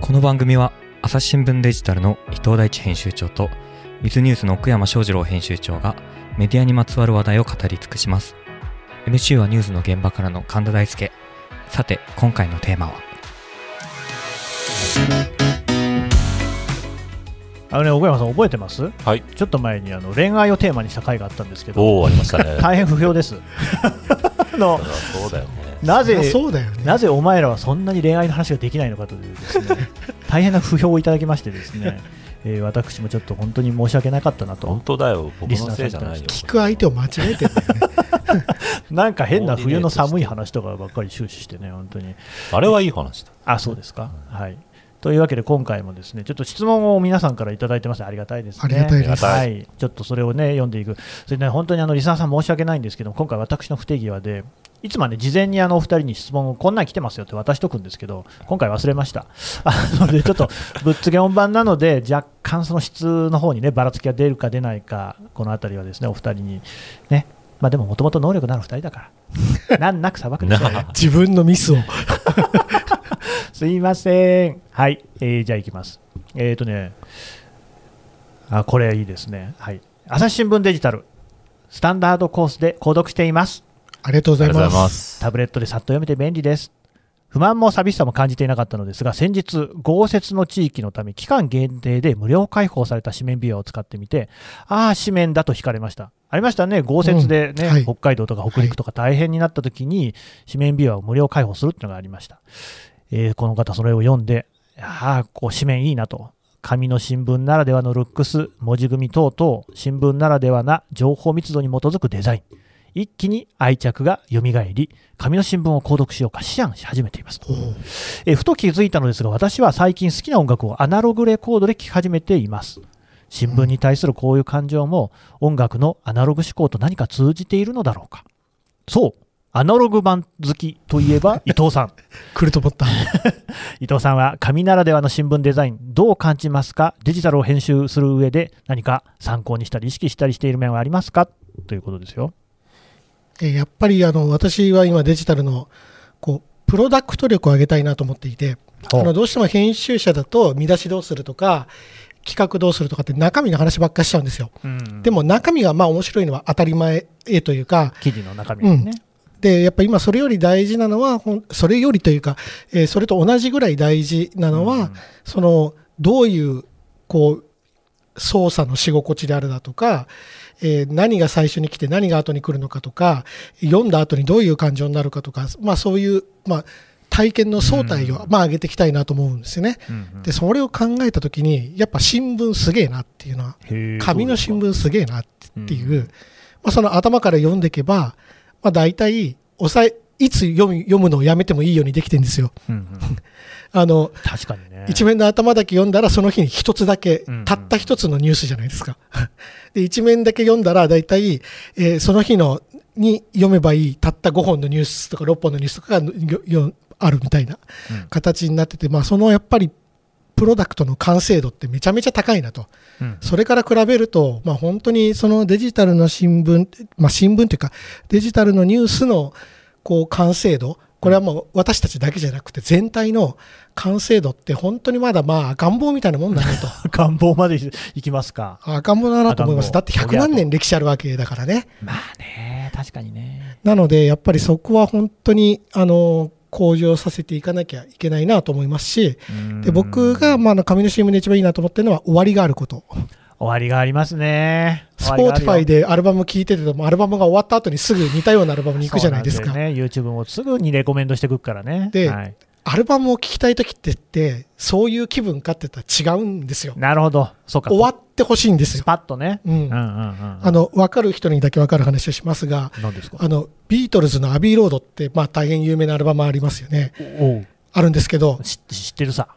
この番組は朝日新聞デジタルの伊藤大地編集長とウィズニュースの奥山翔二郎編集長がメディアにまつわる話題を語り尽くします MC はニュースの現場からの神田大輔さて今回のテーマはあのね、小山さん、覚えてますはい。ちょっと前にあの恋愛をテーマにした回があったんですけど、おお、ありましたね。大変不評です。あのそうだよね。なぜまあそうだよねなぜお前らはそんなに恋愛の話ができないのかというですね大変な不評をいただきましてですね、えー私もちょっと本当に申し訳なかったな本と当だよ。僕のせいじゃないよ。聞く相手を間違えてんだよねなんか変な冬の寒い話とかばっかり終始してね本当にあれはいい話だ。あそうですかはいというわけで今回もですねちょっと質問を皆さんからいただいてますありがたいですねありがたいですありがたはい、ちょっとそれをね読んでいくそれでね本当にあのリスナーさん申し訳ないんですけど今回私の不手際でいつもはね事前にあのお二人に質問をこんなん来てますよって渡しとくんですけど今回忘れました あのでちょっとぶっつけ本番なので若干その質の方にねばらつきが出るか出ないかこの辺りはですねお二人にねまあでももともと能力のある二人だ から難なく裁くでしょうよ 自分のミスをすいません。はい、えーじゃあ行きます。えっ、とね、あ、これいいですね。はい。朝日新聞デジタル、スタンダードコースで購読しています。ありがとうございますす。タブレットでさっと読めて便利です。不満も寂しさも感じていなかったのですが、先日、豪雪の地域のため、期間限定で無料開放された紙面ビューアーを使ってみて、ああ、紙面だと惹かれました。ありましたね、豪雪でね、うんはい北海道とか北陸とか大変になった時に、紙面ビューアーを無料開放するっていうのがありました。えーこの方、それを読んで、ああ、こう、紙面いいなと。紙の新聞ならではのルックス、文字組み等々、新聞ならではな情報密度に基づくデザイン。一気に愛着が蘇り、紙の新聞を購読しようか思案し始めています。おうえーふと気づいたのですが、私は最近好きな音楽をアナログレコードで聴き始めています。新聞に対するこういう感情も、音楽のアナログ思考と何か通じているのだろうか。そう、アナログ版好きといえ ば伊藤さん。来ると思った伊藤さんは紙ならではの新聞デザイン、どう感じますかデジタルを編集する上で何か参考にしたり意識したりしている面はありますかということですよ。えーやっぱりあの私は今デジタルのこうプロダクト力を上げたいなと思っていてあほうのどうしても編集者だと見出しどうするとか企画どうするとかって中身の話ばっかしちゃうんですよでも中身がまあ面白いのは当たり前というか記事の中身ですね。でやっぱ今それより大事なのはほんそれよりというか、えーそれと同じぐらい大事なのは、うんそのどういうこう操作のし心地であるだとか、えー何が最初に来て何が後に来るのかとか読んだ後にどういう感情になるかとか、まあ、そういう、まあ、体験の総体を、うんまあ、上げていきたいなと思うんですよね。うんうんでそれを考えた時にやっぱ新聞すげえなっていうのはへー紙の新聞すげえなっていうう、まあ、その頭から読んでいけば、まあ、大体抑えいつ読み読むのをやめてもいいようにできてるんですよ。うん うんあの確かにね。一面の頭だけ読んだらその日に一つだけ、うんうんたった一つのニュースじゃないですか。 で一面だけ読んだら大体、えーその日のに読めばいいたった5本のニュースとか6本のニュースとかがよよあるみたいなうん形になってて、まあ、そのやっぱりプロダクトの完成度ってめちゃめちゃ高いなと。うんそれから比べると、まあ、本当にそのデジタルの新聞、まあ、新聞というか、デジタルのニュースのこう完成度、これはもう私たちだけじゃなくて、全体の完成度って、本当にまだまあ赤ん坊みたいなもんだ なと、願望まで行きますか。あ赤ん坊だなと思います、だって100何年歴史あるわけだからね、まあね、確かにね。なのでやっぱりそこは本当にあの向上させていかなきゃいけないなと思いますし、で僕がまああの紙の新聞で一番いいなと思ってるのは、終わりがあること。終わりがありますね。スポーティファイででアルバム聴いてても、アルバムが終わった後にすぐ似たようなアルバムに行くじゃないですか。ね、YouTube もすぐにレコメンドしてくっからね。ではいアルバムを聴きたい時ってって、そういう気分かって言ったら違うんですよ。なるほど。そうか。終わってほしいんですスよ。パッとね。うんうんうんうん。あ、の、わかる人にだけわかる話をしますが、何ですかあの、ビートルズのアビーロードって、まあ大変有名なアルバムありますよね。おうあるんですけど、知知ってるさ。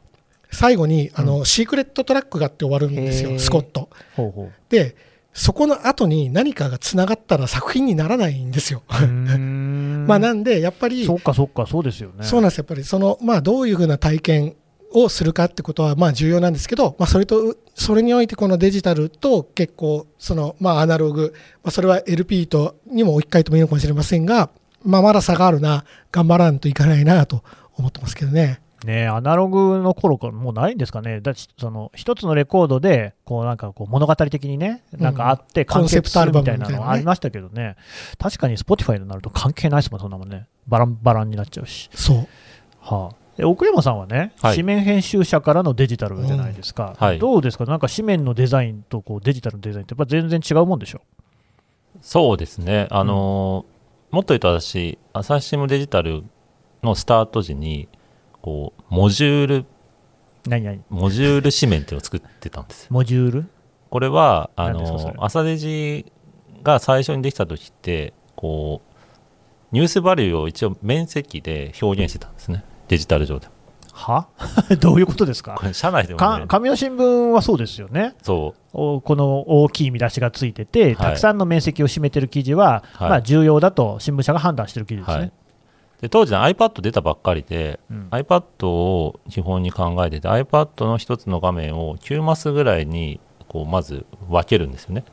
最後に、あの、シークレットトラックがあって終わるんですへーよ、スコット。ほう ほで、そこの後に何かが繋がったら作品にならないんですよ。う。うーんまあなんで、やっぱり、そっかそっか、そうですよね。そうなんですやっぱりその、まあ、どういうふうな体験をするかってことはまあ重要なんですけど、まあ、それとそれにおいてこのデジタルと結構その、まあ、アナログ、まあ、それは LP とにも置き換えてもいいのかもしれませんが、まあ、まだ差があるな頑張らんといかないなと思ってますけどねねえアナログの頃からもうないんですかね、だってその一つのレコードでこうなんかこう物語的にね、うんなんかあって、コ完ンセプ結すトアルるバみたいムなみたいなのねありましたけどね、確かに Spotify になると関係ないですもん、そんなもんね、バランバランになっちゃうし、そうはあ、で奥山さんはね、はい紙面編集者からのデジタルじゃないですか、うんはいどうですか、なんか紙面のデザインとこうデジタルのデザインって、やっぱ全然違うもんでしょ、そうですね。あのーもっと言うと私、朝日新聞デジタルのスタート時に、こう、モジュール、何何モジュール紙面っていうのを作ってたんですよ。モジュール、これは、あ何ですかそのれー朝デジが最初にできた時って、こう、ニュースバリューを一応面積で表現してたんですね。デジタル上で。は どういうことですかこれ、社内でもかね、紙の新聞はそうですよね。そう、おこの大きい見出しがついてて、いたくさんの面積を占めてる記事は、はいまあ、重要だと新聞社が判断してる記事ですね。はい、で当時の iPad 出たばっかりで、うん iPad を基本に考えてて iPad の一つの画面を9マスぐらいにこうまず分けるんですよね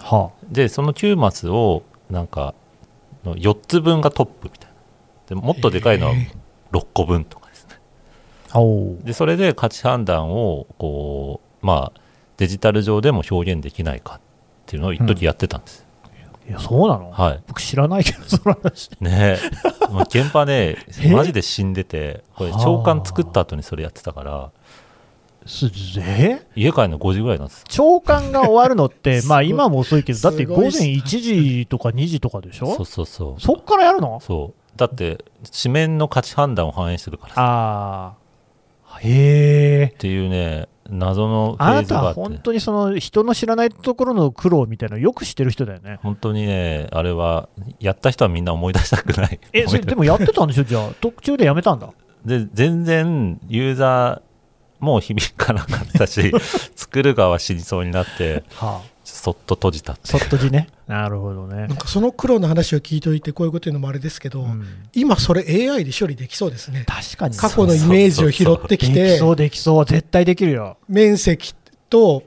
はでその9マスをなんかの4つ分がトップみたいなでもっとでかいのは6個分とかですねあ、おーでそれで価値判断をこうまあデジタル上でも表現できないかっていうのを一時やってたんです、いやそうなの、はい僕知らないけど、その話。ねえもう現場ね えマジで死んでてこれはあ長官作った後にそれやってたからすえ家帰るの5時ぐらいなんです朝刊が終わるの って、すごいまあ今も遅いけど、だってす午ご前いっす1時とか2時とかでしそょう、そうそうそっからやるのそうだって紙面の価値判断を反映してるからっああ、へえ。ていうね謎のフあェーなズたがあはって本当にその人の知らないところの苦労みたいなのよく知ってる人だよね。本当にねあれはやった人はみんな思い出したくないえ、それでもやってたんでしょじゃあ、特注でやめたんだ。で全然ユーザーも響かなかった し作る側は死にそうになってはあ。そっと閉じたってそっとじね。 なるほどねな。んかその苦労の話を聞いておいてこういうこと言うのもあれですけど、うん今それ AI で処理できそうですね確かに。過去のイメージを拾ってきできてそう、できそう。絶対できるよ。面積と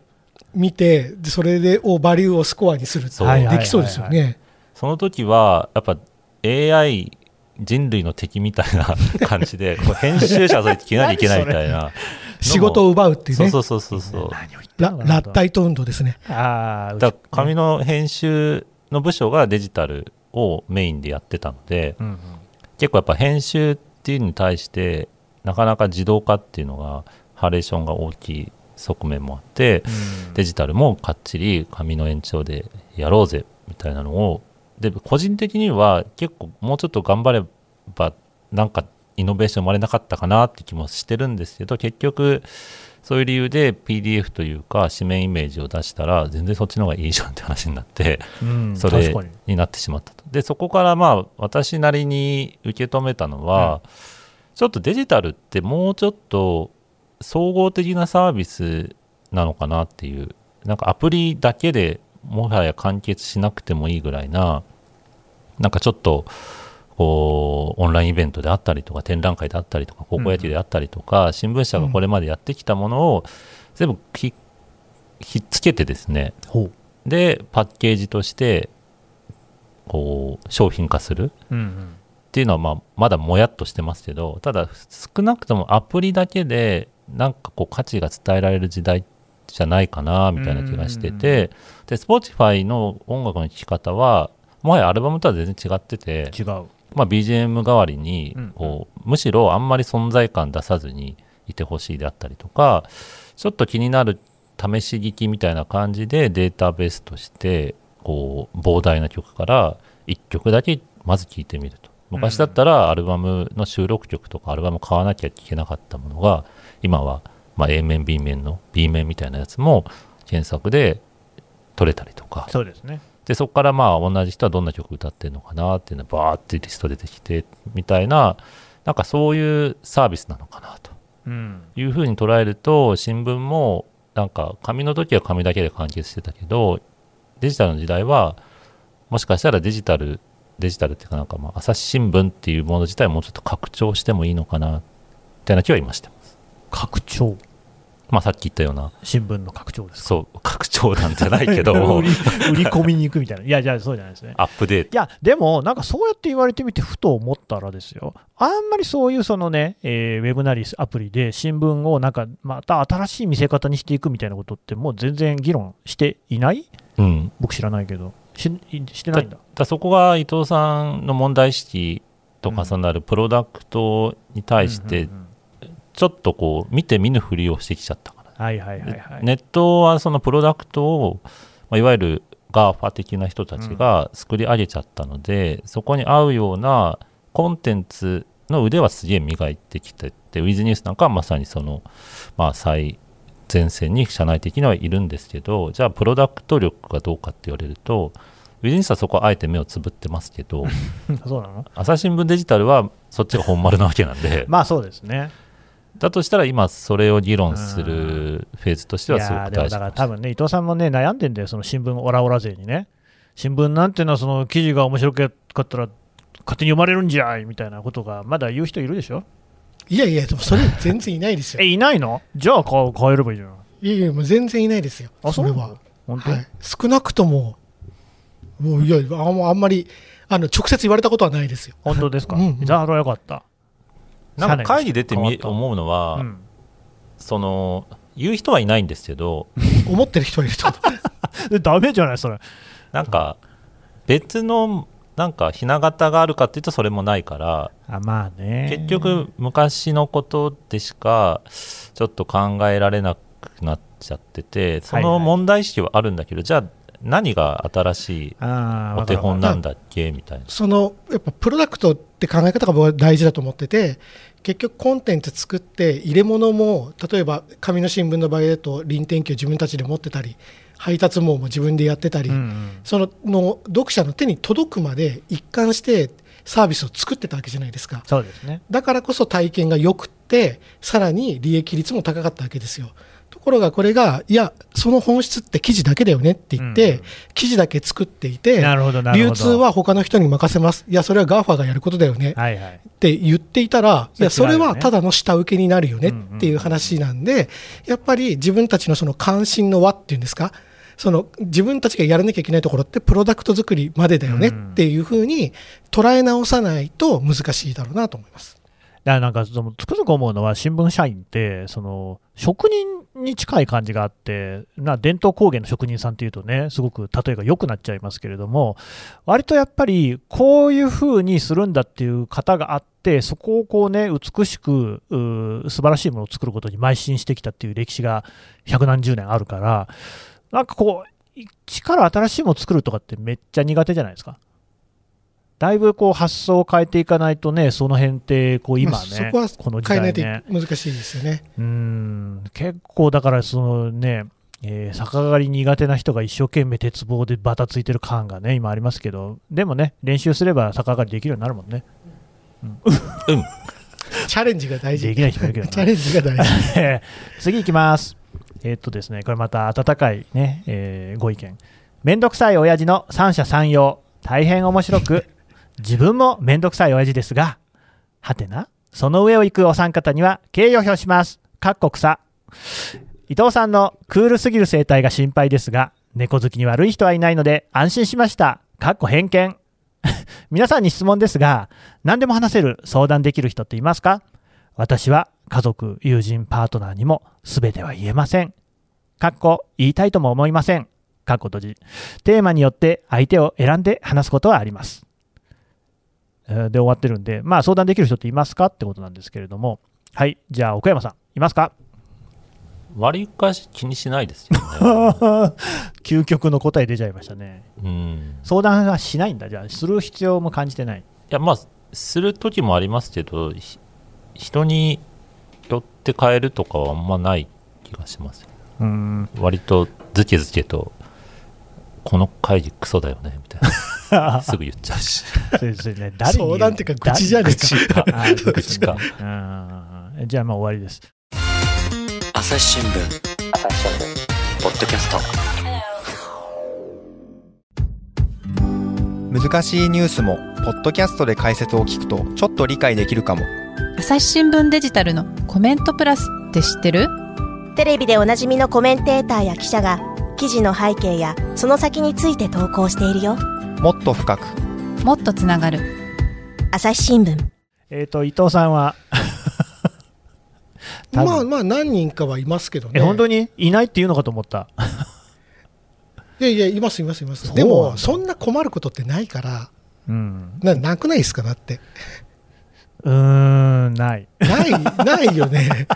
見てでそれでをバリューをスコアにするってそうはいはいはいはいできそうですよねその時はやっぱ AI 人類の敵みた いな感じでこう編集者はそれ聞けなきゃいけないみたいな 仕事を奪うっていうそうねそうそうそうそう何を言ってラんのかなラッタイト運動ですねああ、うちだから紙の編集の部署がデジタルをメインでやってたのでうんうん結構やっぱ編集っていうのに対してなかなか自動化っていうのがハレーションが大きい側面もあってうんデジタルもかっちり紙の延長でやろうぜみたいなのをで個人的には結構もうちょっと頑張ればなんかイノベーション生まれなかったかなって気もしてるんですけど結局そういう理由で PDF というか紙面イメージを出したら全然そっちの方がいいじゃんって話になってうんそ確れかに。になってしまったと。でそこからまあ私なりに受け止めたのは、ちょっとデジタルってもうちょっと総合的なサービスなのかなっていうなんかアプリだけでもはや完結しなくてもいいぐらいななんかちょっとこうオンラインイベントであったりとか展覧会であったりとか高校野球であったりとか、新聞社がこれまでやってきたものを全部ひひっつけてですねほう。でパッケージとしてこう商品化するうんうんっていうのは、まあ、まだもやっとしてますけどただ少なくともアプリだけでなんかこう価値が伝えられる時代じゃないかなみたいな気がしててで Spotify の音楽の聴き方はもはやアルバムとは全然違ってて、違う。まあ、BGM 代わりにうんこうむしろあんまり存在感出さずにいてほしいであったりとかちょっと気になる試し聞きみたいな感じでデータベースとしてこう膨大な曲から1曲だけまず聴いてみると昔だったらアルバムの収録曲とかアルバム買わなきゃ聴けなかったものが今はまあ A 面 B 面の B 面みたいなやつも検索で取れたりとかそうですね。でそこからまあ同じ人はどんな曲歌ってるのかなっていうのがバーってリスト出てきてみたいななんかそういうサービスなのかなとうん。いうふうに捉えると新聞もなんか紙の時は紙だけで完結してたけどデジタルの時代はもしかしたらデジタルデジタルっていうかなんかまあ朝日新聞っていうもの自体もうちょっと拡張してもいいのかなみたいな気は今してます拡張。まあ、さっき言ったような、新聞の拡張 ですかそう、拡張なんじゃないけど 売り売り込みに行くみたいな、いや、じゃあそうじゃないですね。アップデーいト。や、でも、なんかそうやって言われてみて、ふと思ったらですよ、あんまりそういうそのね、えーウェブなりアプリで新聞をなんか、また新しい見せ方にしていくみたいなことって、もう全然議論していないうん。僕知らないけど、ししてないんだ。だそこが伊藤さんの問題意識と重なるプロダクトに 対しうてんう、んちょっとこう、見て見ぬふりをしてきちゃったかうんはいはいはいはら。い。ネットはそのプロダクトを、まあいわゆる GAFA 的な人たちが作り上げちゃったので、そこに合うようなコンテンツの腕はすげえ磨いてきてて、ウィズニュースなんかはまさにその、まあ、最前線に社内的にはいるんですけど、じゃあプロダクト力がどうかって言われると、ウィズニュースはそこはあえて目をつぶってますけど、そうなの朝日新聞デジタルはそっちが本丸なわけなん で、まあそうですね。だとしたら今それを議論するフェーズとしてはすごいやーくでも大だか事からも多分ね、伊藤さんもね、悩んでんだよ、その新聞オラオラ勢にね。新聞なんていうのは、その記事が面白かったら、勝手に読まれるんじゃいみたいなことが、まだ言う人いるでしょいやいや、でもそれ全然いないですよえ、。いないのじゃあ買う変えればいいじゃん。いやいや、もう全然いないですよ。あ、そそれれはは。。本当、はい、少なくとも、もういやあんあんまりあの直接言われたことはないですよ。本当ですか、うんうんじゃあ、それはよかった。なんか会議出て変わっみた思うのは、うん。その言う人はいないんですけど思ってる人はいると思う。でダメじゃない、それ。なんか別のなんかひな形があるかっていうとそれもないからあ、まあね。結局昔のことでしかちょっと考えられなくなっちゃっててそはいはのい問題意識はあるんだけど、じゃあ何が新しいあーお手本わかるわかるなんだっけみたいな。そのやっぱプロダクトって考え方が僕は大事だと思ってて結局コンテンツ作って入れ物も例えば紙の新聞の場合だと臨転機を自分たちで持ってたり配達網も自分でやってたり、うんうんそのの読者の手に届くまで一貫してサービスを作ってたわけじゃないですか。そうですね。だからこそ体験が良くって、さらに利益率も高かったわけですよ。ところがこれが、いや、その本質って記事だけだよねって言って、うん記事だけ作っていて、なるほど、なるほど。流通、は他の人に任せます。いや、それは GAFA がやることだよねはいはい。って言っていたら、いや、そそれ違れうよねはただの下請けになるよねっていう話なんで、やっぱり自分たちのその関心の輪っていうんですか、その自分たちがやらなきゃいけないところってプロダクト作りまでだよねっていうふうに捉え直さないと難しいだろうなと思います。だからなんかそのつくづく思うのは新聞社員ってその職人に近い感じがあってな伝統工芸の職人さんっていうとねすごく例えが良くなっちゃいますけれども割とやっぱりこういう風にするんだっていう型があってそこをこうね美しくうー素晴らしいものを作ることに邁進してきたっていう歴史が百何十年あるからなんかこう一から新しいものを作るとかってめっちゃ苦手じゃないですか。だいぶこう発想を変えていかないとね、その辺ってこう今ね、まあそこはこの時変え代ないとね、難しいですよね。うーん結構だからそのね、えー逆上がり苦手な人が一生懸命鉄棒でバタついてる感がね今ありますけどでもね練習すれば逆上がりできるようになるもんねチャレンジが大事。できない人もいるけどねチャレンジが大事。えー 次いきます。えーっとですね、これまた温かいね、えーご意見。めんどくさい親父の三者三様、大変面白く、自分もめんどくさい親父ですが、はてな、その上を行くお三方には敬意を表します。かっこくさ。伊藤さんのクールすぎる生態が心配ですが、猫好きに悪い人はいないので安心しました。かっこ偏見。 皆さんに質問ですが、何でも話せる、相談できる人っていますか私は家族、友人、パートナーにも全ては言えません。かっこ言いたいとも思いません。かっこ閉じ。テーマによって相手を選んで話すことはあります。えーで終わってるんで、まあ相談できる人っていますかってことなんですけれども、はい、じゃあ奥山さん、いますか 割りかし気にしないですよね。 究極の答え出ちゃいましたね。うん相談はしないんだ、じゃあ、する必要も感じてない。いやまあする時もありますけどひ人によって変えるとかはあんまない気がしますうん。 割とズケズケとこの会議クソだよねみたいなすぐ言っ ちゃうしそうですね、誰に言う相談っていうか愚痴じゃないですか。だあ ー愚痴か愚痴ねうんじゃあ、まあ終わりです。朝日新聞ポッドキャスト難しいニュースもポッドキャストで解説を聞くとちょっと理解できるかも朝日新聞デジタルのコメントプラスって知ってるテレビでおなじみのコメンテーターや記者が記事の背景やその先について投稿しているよもっと深くもっとつながる朝日新聞えっと伊藤さんは多分まあまあ何人かはいますけどね。え本当にいないっていうのかと思ったいやいや、いますいますいまそうす。でも、そんな困ることってないから、うんななくないですかだって。うーんない ない、ないよね。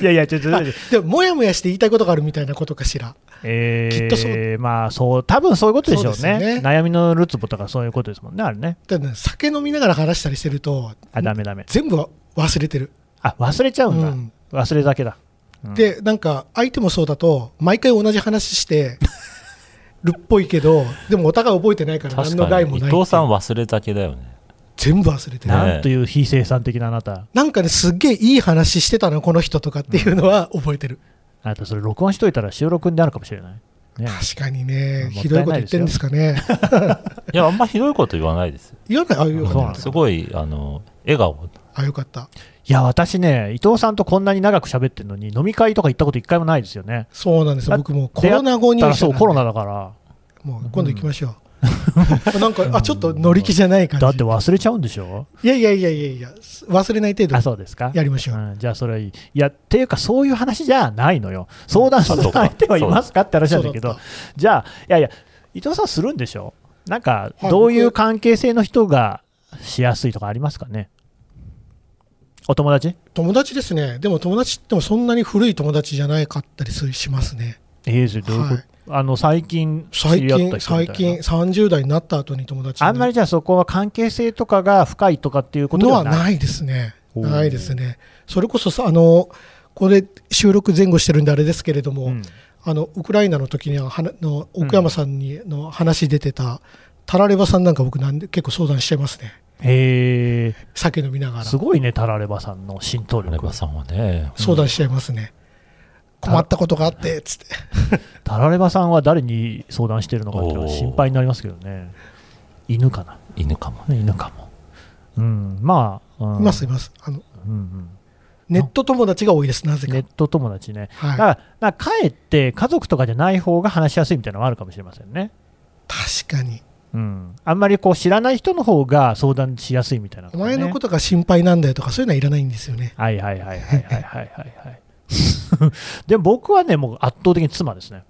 いやいやちょっとちょっとでも、もやもやして言いたいことがあるみたいなことかしら。えー、きっとそうまあそう多分そういうことでしょうそうでねすよね悩みのるつぼとかそういうことですもんねあれねだってね酒飲みながら話したりしてると、あダメダメ全部わ忘れてる。あ忘れちゃうんだ、うん忘れだけだうんで、なんか、相手もそうだと、毎回同じ話して、 るっぽいけど、でもお互い覚えてないから、何確のか害もに伊ない。藤さん忘れたけだよね全部忘れてる。ねなんという非生産的なあなたなんかね、すっげえいい話してたな、この人とかっていうのは覚えてる。あなたそれ録音しといたら収録になるかもしれないね確かにね、もったいないですよひどいこと言ってるんですかね。いやあんまひどいこと言わないですよ言わない、あ、よそうなかんっだた。すごいあの笑顔あ、よかった。いや私ね伊藤さんとこんなに長く喋ってるのに飲み会とか行ったこと一回もないですよねそうなんですだよ。僕もうコロナ後にだからそうコロナだからもう今度行きましょう。なんか、あ、ちょっと乗り気じゃない感じ。だって忘れちゃうんでしょいやいやいやいやいや、忘れない程度あそうですかやりましょう。うん、じゃあそれはいい。いや、っていうか、そういう話じゃないのよ。相談する相手はいますかって話なんだけそうどだっ、じゃあ、いやいや、伊藤さんするんでしょなんか、はいどういう関係性の人がしやすいとかありますかねお友達友達ですね。でも友達ってもそんなに古い友達じゃないかったりするしますね。ええそれどういうこと、はいあの、最近知最り合った人近、み最たいな。近30代になった後に友達にあんまりじゃあそこは関係性とかが深いとかっていうことのでははない。ないですね。おーないですね。それこそさ、あの、これ収録前後してるんであれですけれども、うんあのウクライナの時にははなの奥山さんにの話出てた、タラレバさんなんか僕なんで結構相談しちゃいますねへえ酒飲みながらすごいね、タラレバさんの浸透金力子。さんはね相談しちゃいますね、困ったことがあってつってタラレバさんは誰に相談してるのかっていうのはおー心配になりますけどね犬かな犬かもね犬かもうんまあ、うんいますいますあのうんうんネット友達が多いですなぜか、ネット友達ねだかはい、らだからかえって家族とかじゃない方が話しやすいみたいなのはあるかもしれませんね確かにうん、あんまりこう知らない人の方が相談しやすいみたいな、ね、お前のことが心配なんだよとかそういうのはいらないんですよねはいはいはいはいはいはいはいはい でも僕はねもう圧倒的に妻ですね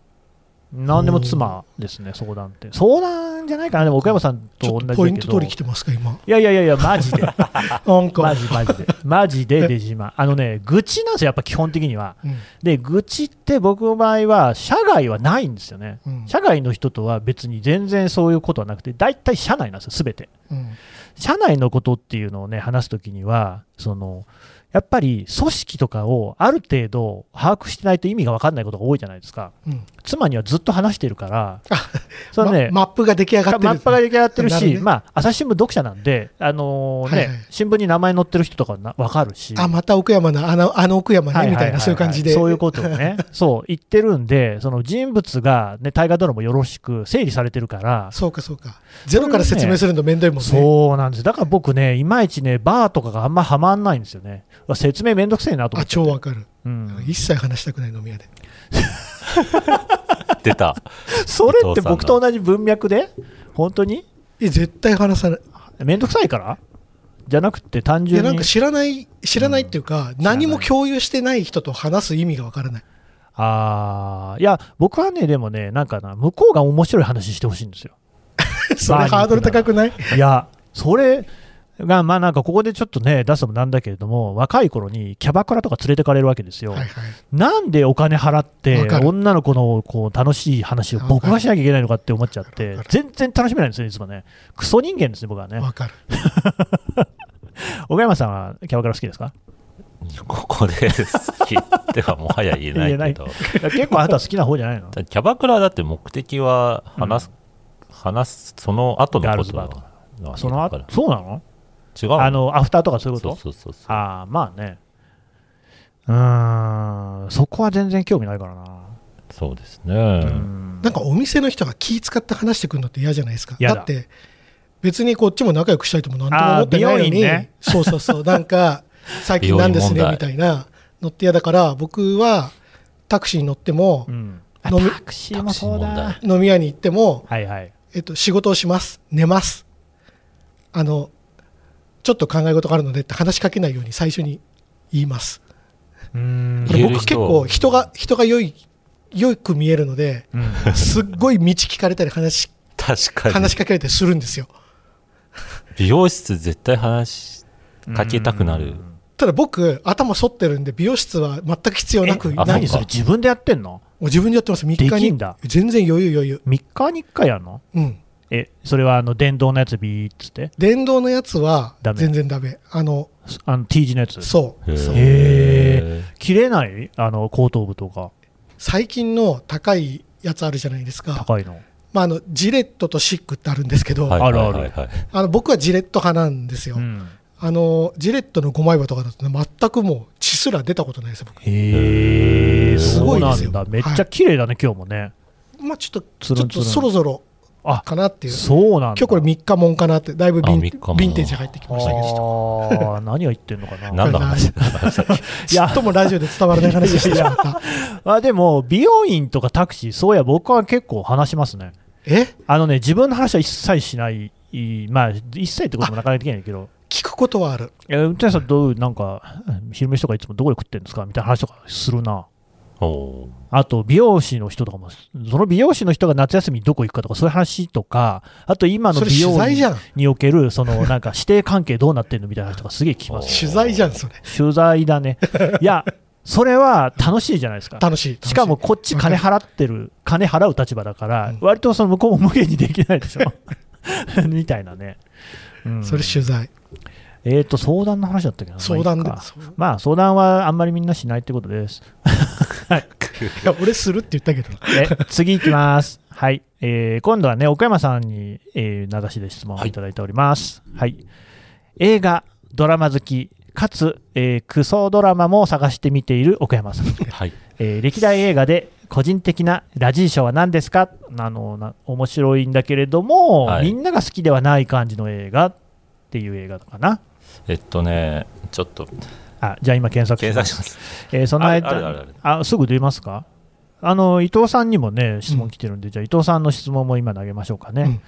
何でも妻ですね相談って相談じゃないかなでも奥山さんちと同ょっじだとけどポイント取り来てますか今いやいやいやいや、マジで、なんかマジマジで、マジで出島、あのね、愚痴なんですよ、やっぱ基本的には。うんで、愚痴って僕の場合は、社外はないんですよね。うん社外の人とは別に全然そういうことはなくて、大体社内なんですよ、すべて。うん社内のことっていうのをね、話すときには、その、やっぱり組織とかをある程度把握してないと意味が分かんないことが多いじゃないですか。うん妻にはずっと話してるから、あそのね、まマップが出来上がってるマッパが出来上がってるなし、るねまあ、朝日新聞読者なんで、あのーねはいはい新聞に名前載ってる人とかな分かるし。あまた奥山のあのあの奥山はねはみはたいなそういう感じでそういうことを ね、そう、言ってるんで、その人物が、ね、大河ドラマもよろしく整理されてるから、そうかそうかゼロから説明するのめんどいもんねそうなんです。だから僕ね、いまいちね、バーとかがあんまはまんないんですよね。うわ説明めんどくせえなと思あって。超わかる、うん一切話したくない飲み屋で出た それって僕と同じ文脈で本当にえ絶対話さないめんどくさいからじゃなくて単いや純なんにか。知らない知らないっていうか、らない何も共有してない人と話す意味がわからない あーいや、僕はね、でもね、なんかな、向こうが面白い話してほしいんですよ。それハードル高くないいや、それが、まあなんか、ここでちょっとね、出すのもなんだけれども、若い頃にキャバクラとか連れてかれるわけですよ。はいはいなんでお金払ってわか、る女の子のこう楽しい話を僕がしなきゃいけないのかって思っちゃっわてかる、全然楽しめないんですよね、いつもね。クソ人間ですね、僕はね。わかる岡山さんはキャバクラ好きですかここで 好きではもはや言えないけどいや結構あなたは好きな方じゃ ないのだキャバクラだって目的は話す、話すその後のことガーだルズなそのだから後そうなの違うあの、アフターとかそういうことそうそうそうそうああ、まあね。うーん、そこは全然興味ないからな。そうですね、うんなんかお店の人が気使って話してくるのって嫌じゃないですか嫌だだって別にこっちも仲良くしたいとも何とも思ってないのあー美容に、院ね そうそうそうなんか最近なんです美ね容院みたいなのって嫌だから僕はタクシーに乗ってもう、ん、飲みタクシーもそうタクシー問だ題。飲み屋に行っても、はいはい。えっと、仕事をします、寝ます、あの、ちょっと考え事があるのでって話しかけないように最初に言います。うんこれ言える僕結人構人が、人が良い、良く見えるので、すっごい道聞かれたり話し確かに。話しかけられたりするんですよ。美容室絶対話かけたくなる。ただ僕、頭反ってるんで、美容室は全く必要なくあない何ですそよ。れも自分でやってんのう自分でやってます、3日に。できんだ全然余裕余裕。 ?3 日に1回やるのうん。え、それはあの電動のやつビーっつって、電動のやつはダメ全然ダメ。あの、あの T 字のやつ。そう。そうへーへ切れないあの後頭部とか、最近の高いやつあるじゃないですか。高いの。まあ、あの、ジレットとシックってあるんですけーど、はいあるあるはいはいはいあの僕はジレット派なんですよ。うん、あの、ジレットの5枚刃とかだと、ね、全くもう血すら出たことないです、僕。へえ、すそごういでなすよんだ。めっちゃ綺麗だね、今日もね。まあ、ちょっつと、るちょんっつるんとそろそろあかなっていう。そうなんだ。今日これ3日もんかなって、だいぶヴィンあ三日もんヴィンテージ入ってきましたけど。ああ、 何を言ってんのかな。何の 話いちょやっともラジオで伝わらない話をしてしま った。あでも、美容院とかタクシー、そういや、僕は結構話しますね。えあのね、自分の話は一切しない、いまあ、一切ってこともなかなかできないけど、聞くことはある。いや運転手さん、どういう、なんか、昼飯とかいつもどこで食ってんですかみたいな話とかするな。おーあと、美容師の人とかも、その美容師の人が夏休みにどこ行くかとか、そういう話とか、あと今のそれ美取容材じ院ゃん。における、そのなん か指定関係どうなってんのみたいな話とか、すげえ聞きます。取材じゃん、それ。取材だね。いや、それは楽しいじゃないですか。楽しい。楽いしかも、こっち金払ってる、金払う立場だからうん、割とその向こうも無限にできないでし ょ。みたいなね。うんそれ取材。えっと、相談の話だったけどな相談でまあいいか。まあ、相談はあんまりみんなしないってことです。いや、俺するって言ったけどな。 え次いきます。はい。えー今度はね、岡山さんに、えー名指しで質問をいただいております。はい。映画、ドラマ好き、かつ、えークソドラマも探して見ている岡山さん。はい。えー歴代映画で個人的なラジー賞は何ですかあのな面白いんだけれども、はいみんなが好きではない感じの映画っていう映画かなえっとね、ちょっとあじゃあ今検索検索しま、ますす。えーその間あるあるあるあすぐ出ますかあの伊藤さんにもね質問来てるんで、じゃあ伊藤さんの質問も今投げましょうかね、うん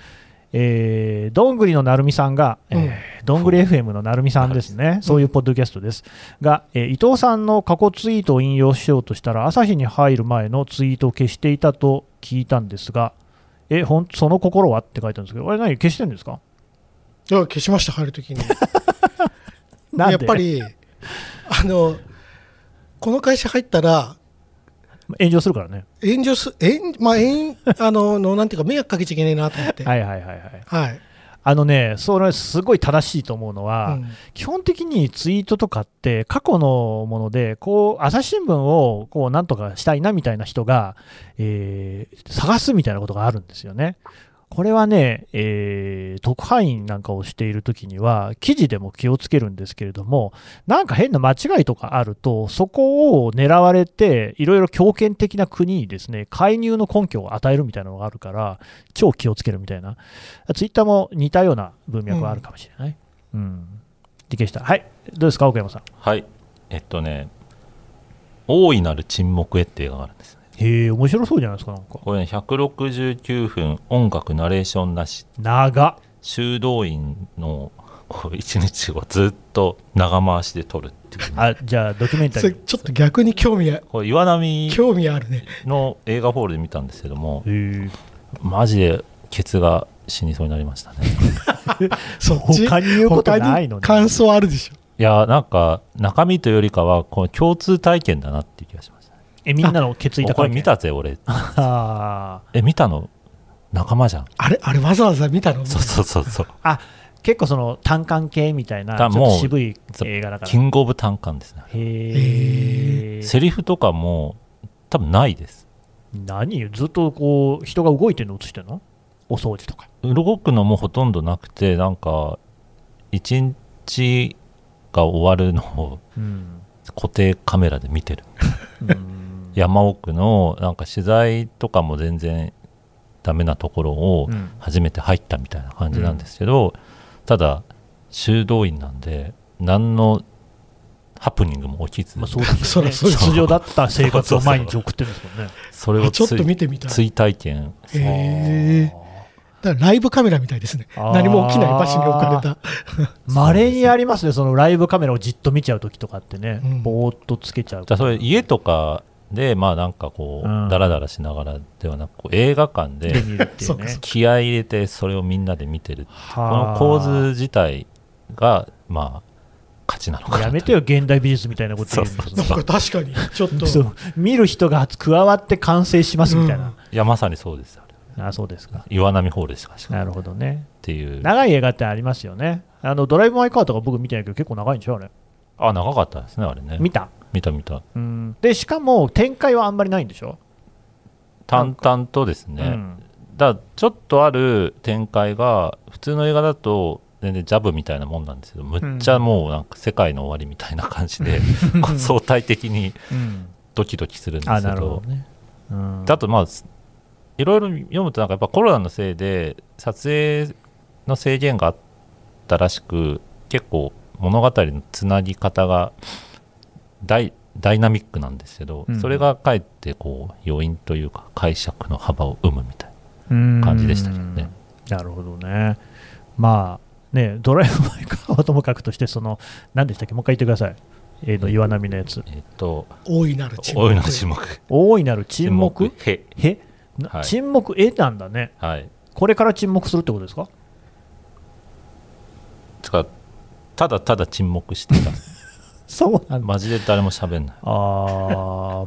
えーどんぐりのなるみさんが、えーうんどんぐり FM のなるみさんですね、そういうポッドキャストです、が、えー伊藤さんの過去ツイートを引用しようとしたら、朝日に入る前のツイートを消していたと聞いたんですが、えほんその心はって書いてあるんですけど、あれ、何、消してるんですかいや消しました、入るときに。なんでやっぱり、あの、この会社入ったら、炎上するからね。炎上す、炎、まあ、炎、あの、のなんていうか、迷惑かけちゃいけないなと思って。。はいいはいはいはい。はい。あのね、それ、すごい正しいと思うのうは、ん基本的にツイートとかって過去のものでこう朝日新聞をこうなんとかしたいなみたいな人が、えー探すみたいなことがあるんですよね。これはね、えー特派員なんかをしているときには、記事でも気をつけるんですけれども、なんか変な間違いとかあると、そこを狙われて、いろいろ強権的な国にですね、介入の根拠を与えるみたいなのがあるから、超気をつけるみたいな、ツイッターも似たような文脈はあるかもしれない。うん理解した。はい。どうですか、奥山さん。はい。えっとね、大いなる沈黙へっていう映画があるんです。へえ、面白そうじゃないですか、なんか。これね、169分音楽ナレーションなし、長っ。修道院のこう一日をずっと長回しで撮るっていうね、あ、じゃあ、ドキュメンタそリれー。ちょっと逆に興味あ、これ岩波興味あるね。の映画ホールで見たんですけども、へえ。マジでケツが死にそうになりましたね。そっち。他に言うことないの他にに。感想あるでしょ。いやーなんか中身というよりかはこの共通体験だなっていう気がしました、ね、え、みんなの決意お高い。これ見。たぜ俺あえ見たの仲間じゃんあれ、あれわざわざ見たのそうそうそうそうーあ、結構その単管系みたいな、ちょだっもうと渋い映画だかキら。ングオブ短観ですねへえ。セリフとかも多分ないです何ずっとこう、人が動いてるの映してるのお掃除とか。動くのもほとんどなくてなんか一日が終わるのをうん。固定カメラで見てるうん。山奥のなんか取材とかも全然ダメなところをうん初めて入ったみたいな感じなんですけど、ただ修道院なんで何のハプニングも起きず、まあ、そうですよねそらそうです通常だった生活を毎日送ってるんですもんね。 それをあちょっつとい見てみたい。追体験へえ。だからライブカメラみたいですね。あー何も起きない場所に置かれた。まれにありますね、そのライブカメラをじっと見ちゃうときとかってね、うんぼーっとつけちゃう。じゃあそれ家とかでまあなんかこう、うんダラダラしながらではなくこう映画館でで見るっていうね。気合い入れてそれをみんなで見てるこはのあ構図自体がまあ勝ちなのかなとやめてよ、現代美術みたいなこと言うんですそうなんか確かに、ちょっと。そう見る人が加わって完成しますみたいな、いやまさにそうですあれあそうですか、岩波ホールでした確かなるほどね、っていう長い映画ってありますよね、あのドライブ・マイ・カーとか僕見てないけど、結構長いんでしょ、あれ、あ長かったですねあれね見た、見た見たうん、でしかも展開はあんまりないんでしょ、淡々とですね、うん、だからちょっとある展開が普通の映画だと全然ジャブみたいなもんなんですけどむっちゃもうなんか世界の終わりみたいな感じで、こう相対的にうん、ドキドキするんであすけなるどほどね、うん、だとまあすいろいろ読むとなんかやっぱコロナのせいで撮影の制限があったらしく結構物語のつなぎ方がダイダイナミックなんですけど、うんそれがかえってこう余韻というか解釈の幅を生むみたいな感感じでしたけどね。なるほどね。まあね、ドライブ・マイ・カーはともかくとして、その、何でしたっけ、もう一回言ってください。えーの岩波のやつ。えっと大いなる沈黙。大いなる沈黙大いなる沈黙へへ、なはい沈黙えなんだね。はいこれから沈黙するってことですかつかただただ沈黙して たそうなんだ。マジで誰も喋んないあ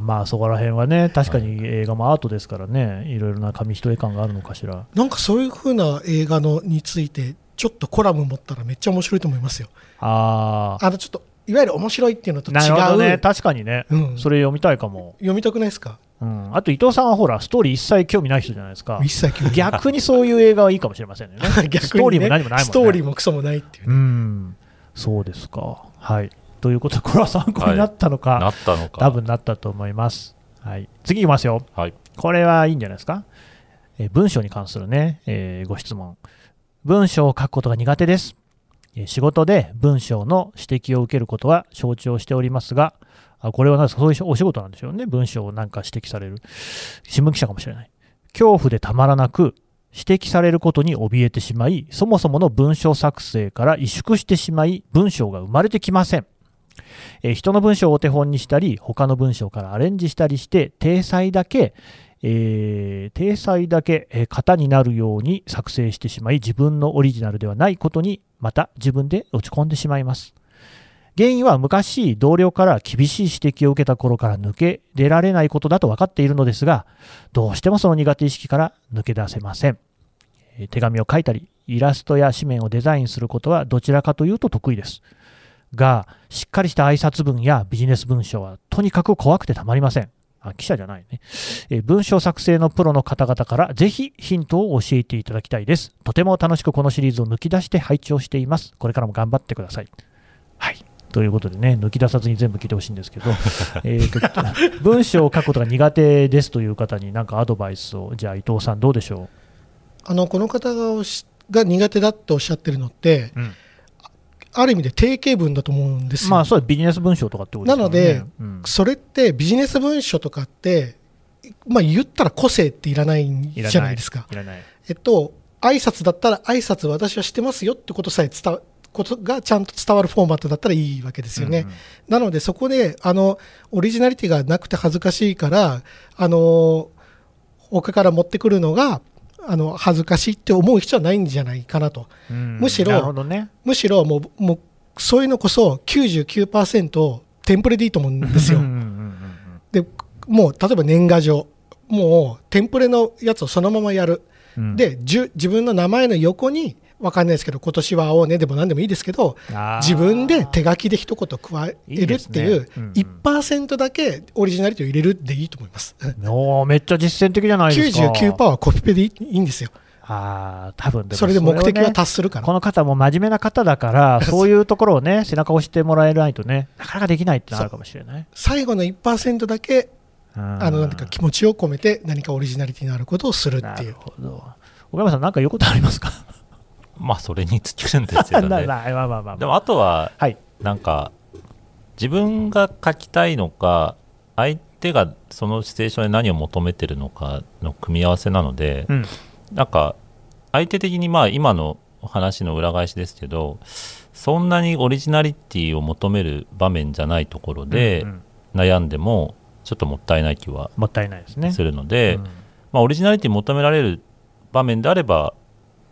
ーまあそこら辺 はね、確かに映画もアートですからね、いろいろな紙一重感があるのかしら。なんかそういう風な映画のについて、ちょっとコラム持ったらめっちゃ面白いと思いますよ。ああの、ちょっと、いわゆる面白いっていうのとー、違なるほどう。ね、確かにね、うん、それ読みたいかも。読みたくないですかうん、あと伊藤さんはほら、ストーリー一切興味ない人じゃないですか。一切 興味ない逆にそういう映画はいいかもしれませんね。 逆にねストーリーも何もないもんね。ストーリーもクソもないっていうね、うん、そうですか。はい。ということで、これは参考になったのか、なったのか多分なったと思います。はい。次いきますよ。はいこれはいいんじゃないですか。えー文章に関するね、えーご質問。文章を書くことが苦手です。えー仕事で文章の指摘を受けることは承知をしておりますが、あこれは何ですかそういうお仕事なんでしょうね。文章をなんか指摘される。新聞記者かもしれない。恐怖でたまらなく、指摘されることに怯えてしまい、そもそもの文章作成から萎縮してしまい、文章が生まれてきません。えー人の文章をお手本にしたり、他の文章からアレンジしたりして、体裁だけ、えー体裁だけ、えー型になるように作成してしまい、自分のオリジナルではないことに、また自分で落ち込んでしまいます。原因は昔、同僚から厳しい指摘を受けた頃から抜け出られないことだと分かっているのですが、どうしてもその苦手意識から抜け出せません。えー手紙を書いたり、イラストや紙面をデザインすることはどちらかというと得意です。が、しっかりした挨拶文やビジネス文章はとにかく怖くてたまりません。あ、記者じゃないね。えー文章作成のプロの方々からぜひヒントを教えていただきたいです。とても楽しくこのシリーズを抜き出して拝聴しています。これからも頑張ってください。はい。ということでね、抜き出さずに全部聞いてほしいんですけど、えーと文章を書くことが苦手ですという方に何かアドバイスを、じゃあ伊藤さんどうでしょあのこの方がおしが苦手だっておっしゃってるのって、うんある意味で定型文だと思うんですうよ、まあそうビジネス文章とかってことですよね。なのでうんそれってビジネス文書とかって、まあ、言ったら個性っていらないいらじゃないですかいらない。えっと挨拶だったら挨拶私はしてますよってことさえ伝わことがちゃんと伝わるフォーマットだったらいいわけですよね、うんうんなのでそこであのオリジナリティがなくて恥ずかしいからあの他から持ってくるのがあの恥ずかしいって思う必要はないんじゃないかなとうんむしろなるほどね。むしろもうもうそういうのこそ99%テンプレでいいと思うんで すようんうんうんうんでもう例えば年賀状もうテンプレのやつをそのままやる、うんでじゅ自分の名前の横にわかんないですけど今年は会おうねでも何でもいいですけどあー自分で手書きで一言加いえいるでっすてねいううんうん1%だけオリジナリティを入れるでいいと思います。おーめっちゃ実践的じゃないですか。 99%はコピペでいいんですよ。ああ、多分もそれで目的をねが達するからこ。の方も真面目な方だ から、そういうところをね、背中を押してもらえないとね、なかなかできないってのはあるかもしれない。最後の1%だけああのなんていうか気持ちを込めて何かオリジナリティのあることをするっていなるう。ほど。岡山さん、なんか言うことあります か、まあそれに尽きるんですけ どなねなまあまあまあまあでもあとははい。なんか自分が書きたいのか相手がそのシチュエーションで何を求めてるのかの組み合わせなので、うんなんか相手的にまあ今のお話の裏返しですけどそんなにオリジナリティを求める場面じゃないところでうんうん悩んでもちょっともったいない気はもったいないですね。するので、うんまあ、オリジナリティ求められる場面であれば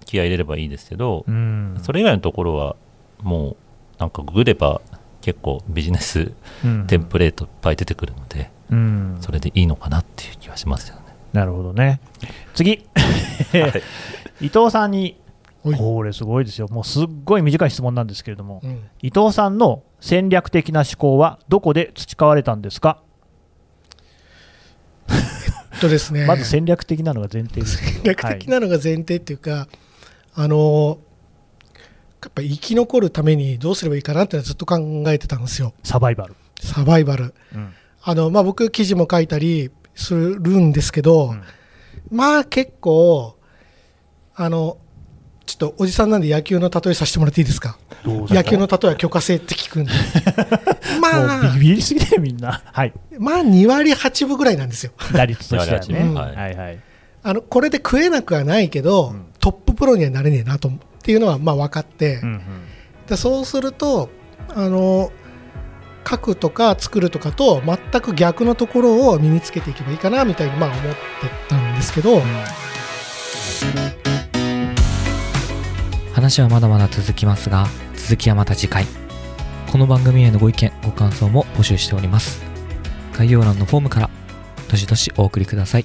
気合い入れればいいですけど、うんそれ以外のところはもうなんかググれば結構ビジネスうんテンプレートいっぱい出てくるので、うんそれでいいのかなっていう気はしますよね。なるほどね。次、 伊藤さんに、はいこれすごいですよ、もうすっごい短い質問なんですけれども、うん伊藤さんの戦略的な思考はどこで培われたんですか、えっとですね、まず戦略的なのが前提ですけど。 戦略的なのが前提っていうか、あのやっぱ生き残るためにどうすればいいかなってのはずっと考えてたんですよサバイバル。サバイバルうんあの、まあ、僕記事も書いたりするんですけど、うんまあ結構あのちょっとおじさんなんで野球の例えさせてもらっていいですかどうぞ野球の例えは許可制って聞 くんでまもうあビビりすぎだよ、みんな。はい。まあ2割8分ぐらいなんですよ打率としてはね。うんはいはい。あのこれで食えなくはないけど、うんトッププロにはなれねえなと思うっていうのはまあ分かって、うんでそうするとあの書くとか作るとかと全く逆のところを身につけていけばいいかなみたいにまあ思ってたんですけど、話はまだまだ続きますが続きはまた次回この番組へのご意見ご感想も募集しております概要欄のフォームからどしどしお送りください